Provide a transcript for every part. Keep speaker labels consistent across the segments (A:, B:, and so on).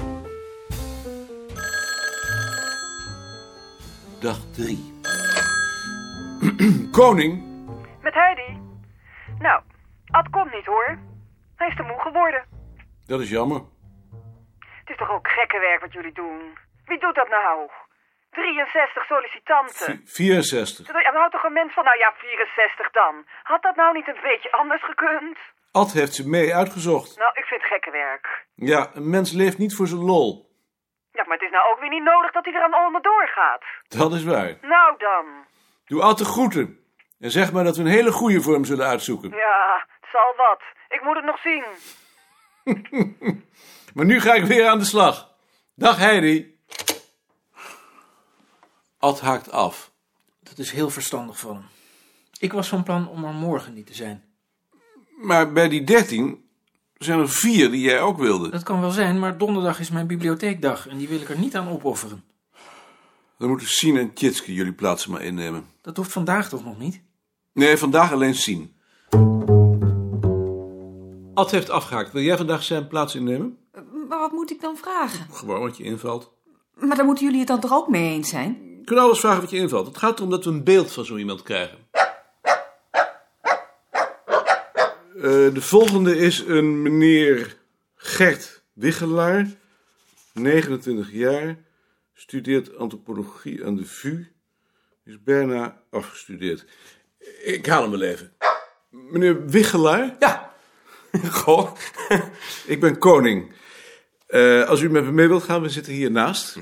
A: Koning?
B: Met Heidi. Nou, Ad komt niet hoor. Hij is te moe geworden.
A: Dat is jammer.
B: Het is toch ook gekke werk wat jullie doen? Wie doet dat nou? 63 sollicitanten.
A: 64.
B: Dat houdt toch een mens van, nou ja, 64 dan. Had dat nou niet een beetje anders gekund?
A: Ad heeft ze mee uitgezocht.
B: Nou, ik vind het gekke werk.
A: Ja, een mens leeft niet voor zijn lol.
B: Ja, maar het is nou ook weer niet nodig dat hij er aan onderdoor gaat.
A: Dat is waar.
B: Nou dan.
A: Doe Ad de groeten. En zeg maar dat we een hele goede voor hem zullen uitzoeken.
B: Ja, het zal wat. Ik moet het nog zien.
A: Maar nu ga ik weer aan de slag. Dag Heidi. Ad haakt af.
C: Dat is heel verstandig van hem. Ik was van plan om er morgen niet te zijn.
A: Maar bij die 13 zijn er vier die jij ook wilde.
C: Dat kan wel zijn, maar donderdag is mijn bibliotheekdag en die wil ik er niet aan opofferen.
A: Dan moeten Sien en Tjitske jullie plaatsen maar innemen.
C: Dat hoeft vandaag toch nog niet?
A: Nee, vandaag alleen Sien. Ad heeft afgehaakt. Wil jij vandaag zijn plaats innemen?
D: Maar wat moet ik dan vragen?
A: Gewoon wat je invalt.
D: Maar daar moeten jullie het dan toch ook mee eens zijn?
A: Je kunt alles vragen wat je invalt. Het gaat erom dat we een beeld van zo iemand krijgen. Eh, de volgende is een meneer Gert Wiggelaar, 29 jaar, studeert antropologie aan de VU, is bijna afgestudeerd. Ik haal hem wel even. Meneer Wiggelaar,
C: Ja,
A: goh, ik ben koning. Eh, als u met me mee wilt gaan, we zitten hiernaast.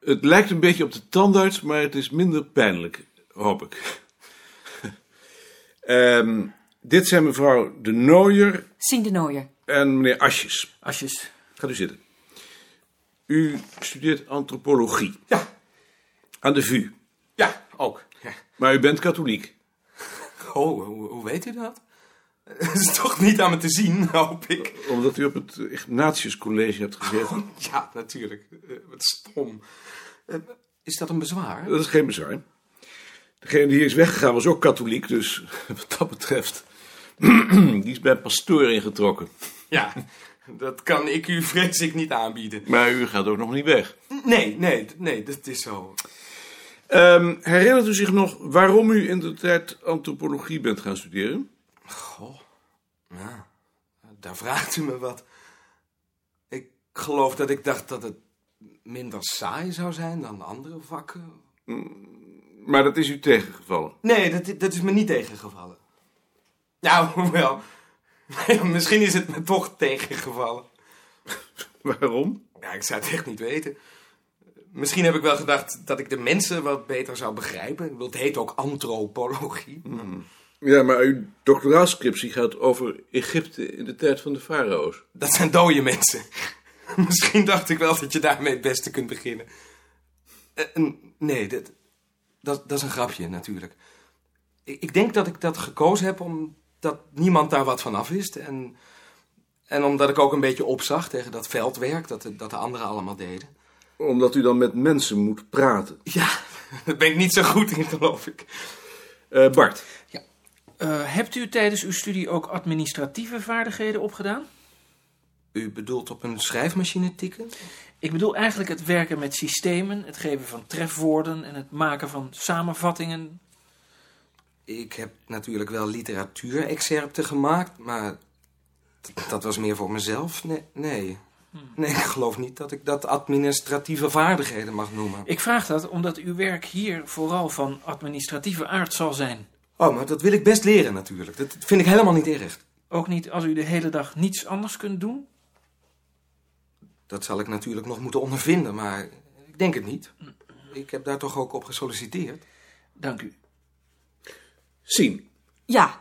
A: Het lijkt een beetje op de tandarts, maar het is minder pijnlijk, hoop ik. Ehm, dit zijn mevrouw De Nooier
D: Sien de Nooier.
A: en meneer Asjes.
C: asjes.
A: Gaat u zitten. U studeert antropologie
E: Ja,
A: aan de VU,
E: ja, ook. Ja.
A: maar u bent katholiek.
E: Oh, hoe, hoe weet u dat? Het is toch niet aan me te zien, hoop ik. Oh,
A: Omdat u op het Ignatius College hebt gezeten.
E: Ja, natuurlijk. Eh, Wat stom. Eh, Is dat een bezwaar?
A: Dat is geen bezwaar. Degene die hier is weggegaan was ook katholiek, dus wat dat betreft. die is bij een pastoor ingetrokken.
E: Ja, dat kan ik u vrees ik niet aanbieden.
A: Maar u gaat ook nog niet weg.
E: Nee, nee, nee, dat is zo.
A: Ehm, herinnert u zich nog waarom u in de tijd antropologie bent gaan studeren?
E: Goh, ja, daar vraagt u me wat. Ik geloof dat ik dacht dat het minder saai zou zijn dan andere vakken.
A: Maar dat is u tegengevallen.
E: Nee, dat, i- dat is me niet tegengevallen. Nou, hoewel, misschien is het me toch tegengevallen.
A: Waarom?
E: Ja, ik zou het echt niet weten. Misschien heb ik wel gedacht dat ik de mensen wat beter zou begrijpen. Ik bedoel, Het heet ook antropologie.
A: Ja, maar uw doctoraalscriptie gaat over Egypte in de tijd van de farao's.
E: Dat zijn dode mensen. Misschien dacht ik wel dat je daarmee het beste kunt beginnen. Eh, n- nee, dat, dat, dat is een grapje natuurlijk. Ik, ik denk dat ik dat gekozen heb omdat niemand daar wat van af wist. En, en omdat ik ook een beetje opzag tegen dat veldwerk dat de, dat de anderen allemaal deden.
A: Omdat u dan met mensen moet praten.
E: Ja, daar ben ik niet zo goed in, geloof ik.
A: Eh, Bart,
C: Eh, hebt u tijdens uw studie ook administratieve vaardigheden opgedaan?
E: U bedoelt op een schrijfmachine tikken?
C: Ik bedoel eigenlijk het werken met systemen, het geven van trefwoorden en het maken van samenvattingen.
E: Ik heb natuurlijk wel literatuurexcerpten gemaakt, maar d- dat was meer voor mezelf. Nee, nee. Nee, ik geloof niet dat ik dat administratieve vaardigheden mag noemen.
C: Ik vraag dat omdat uw werk hier vooral van administratieve aard zal zijn.
E: Oh, maar dat wil ik best leren natuurlijk. Dat vind ik helemaal niet erg.
C: Ook niet als u de hele dag niets anders kunt doen?
E: Dat zal ik natuurlijk nog moeten ondervinden, maar ik denk het niet. Ik heb daar toch ook op gesolliciteerd.
C: Dank u.
A: Sien.
D: Ja.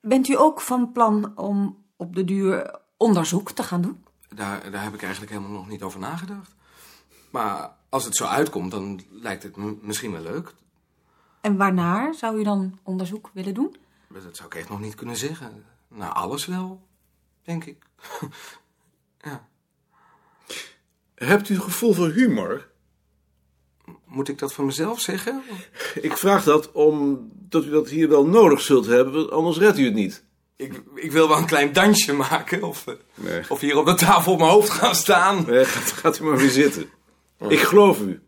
D: Bent u ook van plan om op de duur onderzoek te gaan doen?
E: Daar, daar heb ik eigenlijk helemaal nog niet over nagedacht. Maar als het zo uitkomt, dan lijkt het me misschien wel leuk.
D: En waarnaar zou u dan onderzoek willen doen?
E: Maar Dat zou ik echt nog niet kunnen zeggen. Nou, alles wel, denk ik. ja.
A: Hebt u een gevoel voor humor?
E: Moet ik dat van mezelf zeggen?
A: Ik vraag dat omdat u dat hier wel nodig zult hebben, want anders redt u het niet.
E: Ik, ik wil wel een klein dansje maken. Of, eh,
A: Nee.
E: of hier op de tafel op mijn hoofd gaan staan.
A: Eh, gaat, gaat u maar weer zitten. Ik geloof u.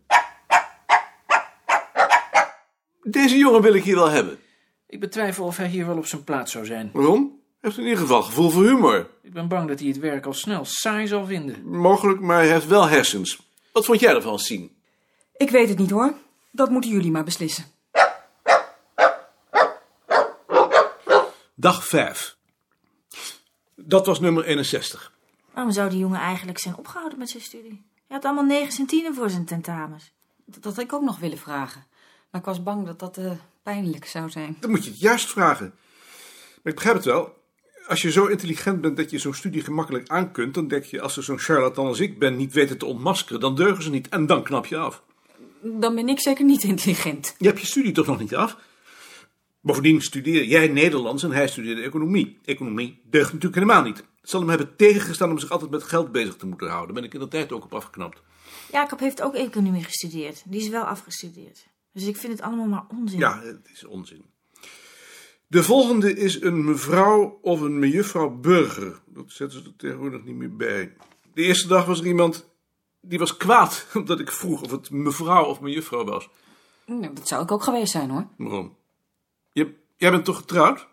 A: Deze jongen wil ik hier wel hebben.
C: Ik betwijfel of hij hier wel op zijn plaats zou zijn.
A: Waarom? Hij heeft in ieder geval gevoel voor humor.
C: Ik ben bang dat hij het werk al snel saai zal vinden.
A: Mogelijk, maar hij heeft wel hersens. Wat vond jij ervan, Sien?
D: Ik weet het niet hoor. Dat moeten jullie maar beslissen.
F: Dag 5. Dat was nummer 61.
G: Waarom zou die jongen eigenlijk zijn opgehouden met zijn studie? Hij had allemaal negen en tienen voor zijn tentamens.
D: Dat had ik ook nog willen vragen. Maar ik was bang dat dat eh, pijnlijk zou zijn.
F: Dan moet je het juist vragen. Maar ik begrijp het wel. Als je zo intelligent bent dat je zo'n studie gemakkelijk aankunt, dan denk je als ze zo'n charlatan als ik ben niet weten te ontmaskeren, dan deugen ze niet en dan knap je af.
D: Dan ben ik zeker niet intelligent.
F: Je hebt je studie toch nog niet af? Bovendien studeer jij Nederlands en hij studeerde economie. Economie deugt natuurlijk helemaal niet. Het zal hem hebben tegengestaan om zich altijd met geld bezig te moeten houden. Ben ik in de tijd ook op afgeknapt.
G: Jacob heeft ook economie gestudeerd. Die is wel afgestudeerd. Dus ik vind het allemaal maar onzin.
F: Ja, het is onzin. De volgende
A: Is een mevrouw of een mejuffrouw burger? Dat zetten ze er tegenwoordig niet meer bij. De eerste dag was er iemand die was kwaad omdat ik vroeg of het mevrouw of mejuffrouw was.
D: Nou, dat zou ik ook geweest zijn hoor.
A: Waarom? Je, jij bent toch getrouwd?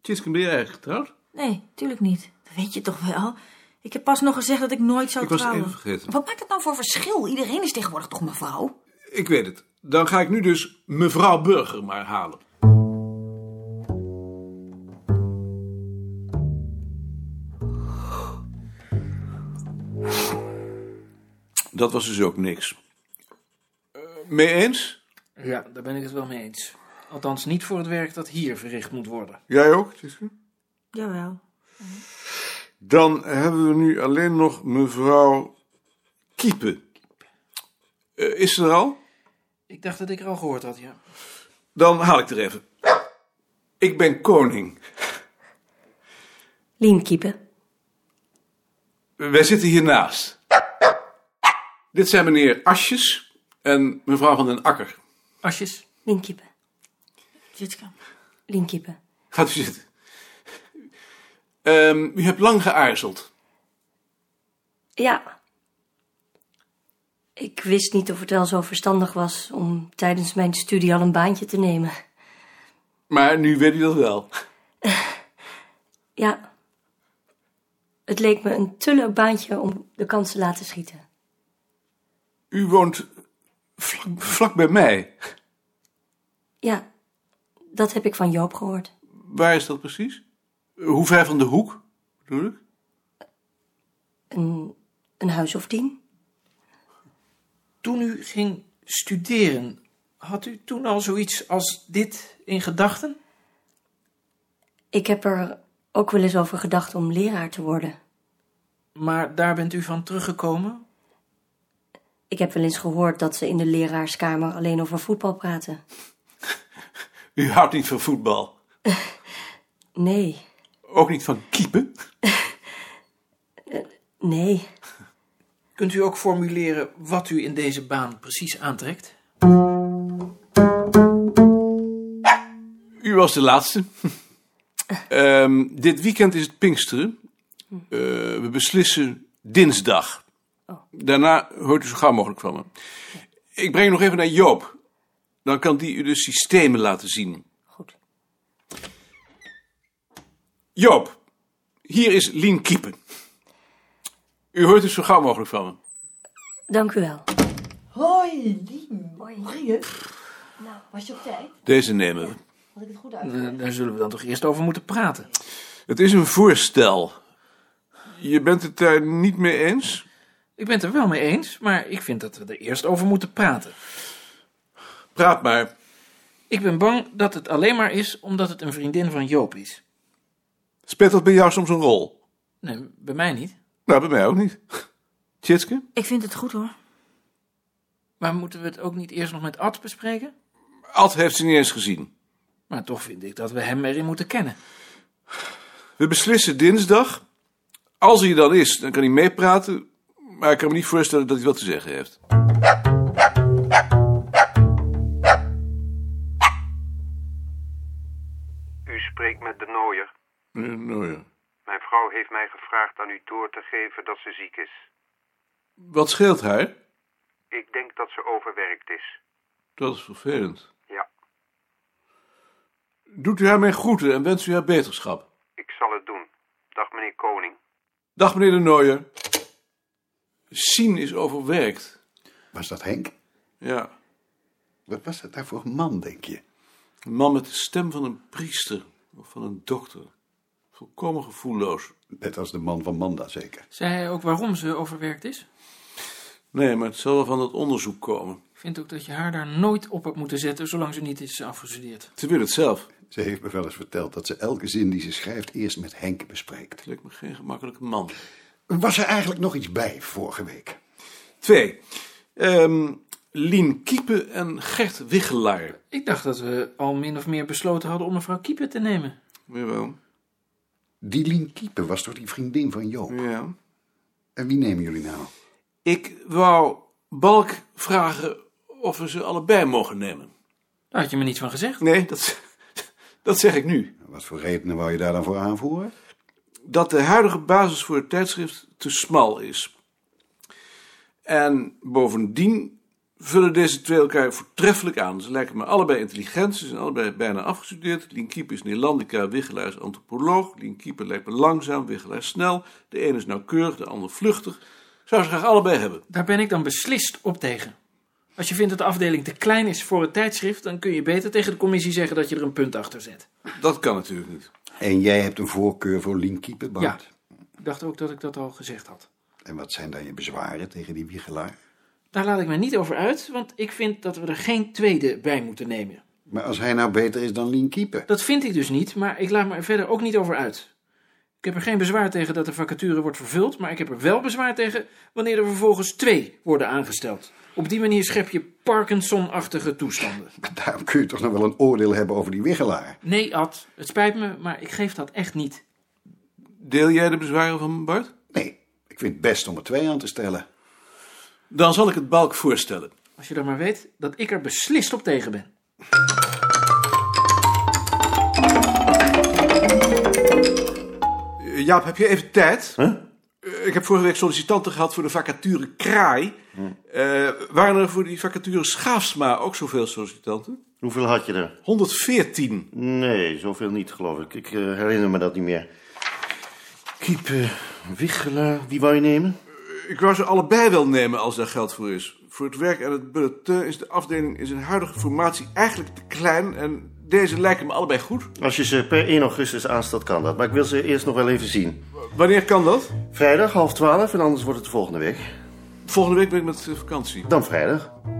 A: Tjitske, ben jij eigenlijk getrouwd?
G: Nee, tuurlijk niet. Dat weet je toch wel? Ik heb pas nog gezegd dat ik nooit zou
A: Ik was het
G: trouwen.
A: even vergeten.
D: Wat maakt het nou voor verschil? Iedereen is tegenwoordig toch mevrouw?
A: Ik weet het. Dan ga ik nu dus mevrouw burger maar halen. Dat was dus ook niks. Eh, mee eens?
C: Ja, daar ben ik het wel mee eens. Althans, niet voor het werk dat hier verricht moet worden.
A: Jij ook, Tjitske?
G: Jawel.
A: Dan hebben we nu alleen nog mevrouw Kiepen. Eh, is ze er al?
C: Ik dacht dat ik er al gehoord had, ja.
A: Dan haal ik er even. Ik ben koning.
H: Lien Kiepen.
A: Wij zitten hiernaast. Dit zijn meneer Asjes en mevrouw van den Akker.
C: Asjes,
H: Lien Kiepen.
G: Jitske.
H: Lien Kiepen.
A: Gaat u zitten. Ehm, u hebt lang geaarzeld.
H: Ja. Ik wist niet of het wel zo verstandig was om tijdens mijn studie al een baantje te nemen.
A: Maar nu weet u dat wel.
H: Ja. Het leek me een te leuk baantje om de kans te laten schieten.
A: U woont vlak, vlak bij mij.
H: Ja, dat heb ik van Joop gehoord.
A: Waar is dat precies? Hoe ver van de hoek, bedoel ik?
H: Een, een huis of tien?
C: toen u ging studeren, had u toen al zoiets als dit in gedachten?
H: Ik heb er ook wel eens over gedacht om leraar te worden.
C: Maar daar bent u van teruggekomen?
H: Ik heb wel eens gehoord dat ze in de leraarskamer alleen over voetbal praten.
A: U houdt niet van voetbal.
H: Nee,
A: Ook niet van keepen.
H: nee.
C: Kunt u ook formuleren wat u in deze baan precies aantrekt?
A: U was de laatste. Ehm, dit weekend is het Pinksteren. Eh, we beslissen dinsdag. Daarna hoort u zo gauw mogelijk van me. Ik breng u nog even naar Joop. Dan kan die u de systemen laten zien.
H: Goed.
A: Joop, hier is Lien Kiepen. U hoort dus zo gauw mogelijk van me.
H: Dank u wel.
I: Hoi, Lien. Hoe ging het? Nou, was je op tijd?
A: Deze nemen we.
I: Had ik het goed uit?
C: Eh, Daar zullen we dan toch eerst over moeten praten.
A: Het is een voorstel. Je bent het daar niet mee eens?
C: Ik ben het er wel mee eens, maar ik vind dat we er eerst over moeten praten.
A: Praat maar.
C: Ik ben bang dat het alleen maar is omdat het een vriendin van Joop is.
A: Speelt dat bij jou soms een rol?
C: Nee, bij mij niet.
A: Nou, bij mij ook niet. Tjitske?
G: Ik vind het goed hoor.
C: Maar moeten we het ook niet eerst nog met Ad bespreken?
A: Ad heeft ze niet eens gezien.
C: Maar toch vind ik dat we hem erin moeten kennen.
A: We beslissen dinsdag. Als hij er dan is, dan kan hij meepraten. Maar ik kan me niet voorstellen dat hij wat te zeggen heeft.
J: U spreekt met de Nooier.
A: nou ja.
J: Mijn vrouw heeft mij gevraagd aan u door te geven dat ze ziek is.
A: Wat scheelt haar?
J: Ik denk dat ze overwerkt is.
A: Dat is vervelend.
J: Ja.
A: Doet u haar mijn groeten en wens u haar beterschap.
J: Ik zal het doen. Dag meneer Koning.
A: Dag meneer de Nooier. Sien is overwerkt.
K: Was dat Henk?
A: Ja,
K: Wat was dat daar voor een man, denk je?
A: een man met de stem van een priester of van een dokter. Volkomen gevoelloos.
K: Net als de man van Manda, zeker.
C: Zei hij ook waarom ze overwerkt is?
A: Nee, maar het zal wel van dat onderzoek komen.
C: Ik vind ook dat je haar daar nooit op had moeten zetten, zolang ze niet is afgestudeerd.
A: Ze wil het zelf.
K: Ze heeft me wel eens verteld dat ze elke zin die ze schrijft eerst met Henk bespreekt.
A: Lijkt me geen gemakkelijke man.
K: Was er eigenlijk nog iets bij vorige week?
A: Twee. Ehm Lien Kiepe en Gert Wichelaar.
C: Ik dacht dat we al min of meer besloten hadden om mevrouw Kiepen te nemen.
A: Jawel.
K: Die Lien Kiepen was toch die vriendin van Joop?
A: Ja.
K: En wie nemen jullie nou?
A: Ik wou Balk vragen of we ze allebei mogen nemen.
C: Daar had je me niets van gezegd.
A: Nee, dat, dat zeg ik nu.
K: Wat voor redenen wou je daar dan voor aanvoeren?
A: dat de huidige basis voor het tijdschrift te smal is. En bovendien vullen deze twee elkaar voortreffelijk aan. Ze lijken me allebei intelligent, ze zijn allebei bijna afgestudeerd. Lien Kiep is Nederlandica, Wichelaar is antropoloog. Lien Kiep lijkt me langzaam, Wichelaar snel. De een is nauwkeurig, de ander vluchtig. Zou ze graag allebei hebben.
C: Daar ben ik dan beslist op tegen. Als je vindt dat de afdeling te klein is voor het tijdschrift, dan kun je beter tegen de commissie zeggen dat je er een punt achter zet.
A: Dat kan natuurlijk niet.
K: En jij hebt een voorkeur voor Lien Kiepen, Bart?
C: Ik dacht ook dat ik dat al gezegd had.
K: En wat zijn dan je bezwaren tegen die wiegelaar?
C: Daar laat ik me niet over uit, want ik vind dat we er geen tweede bij moeten nemen.
K: Maar als hij nou beter is dan Lien Kiepen?
C: Dat vind ik dus niet, maar ik laat me er verder ook niet over uit. Ik heb er geen bezwaar tegen dat de vacature wordt vervuld, maar ik heb er wel bezwaar tegen wanneer er vervolgens twee worden aangesteld. Op die manier schep je Parkinson-achtige toestanden.
K: Maar daarom kun je toch nog wel een oordeel hebben over die wiegelaar?
C: Nee, Ad, het spijt me, maar ik geef dat echt niet.
A: Deel jij de bezwaren van Bart?
K: Nee, ik vind het best om er twee aan te stellen.
A: Dan zal ik het Balk voorstellen.
C: Als je dan maar weet dat ik er beslist op tegen ben.
A: Eh, Jaap, heb je even tijd? Eh, Ik heb vorige week sollicitanten gehad voor de vacature Kraai.
L: Hm.
A: Eh, waren er voor die vacature Schaafsma ook zoveel sollicitanten?
L: Hoeveel had je er?
A: 114.
L: Nee, zoveel niet, geloof ik. Ik eh, herinner me dat niet meer. Kiep eh, Wichelaar, die wou je nemen?
A: Ik wou ze allebei wel nemen als daar geld voor is. Voor het werk en het bulletin is de afdeling in zijn huidige formatie eigenlijk te klein. En deze lijken me allebei goed.
L: Als je ze per 1 augustus aanstelt, kan dat. Maar ik wil ze eerst nog wel even zien.
A: Wanneer kan dat?
L: Vrijdag, half twaalf, en anders wordt het volgende week.
A: Volgende week ben ik met eh, vakantie.
L: Dan vrijdag.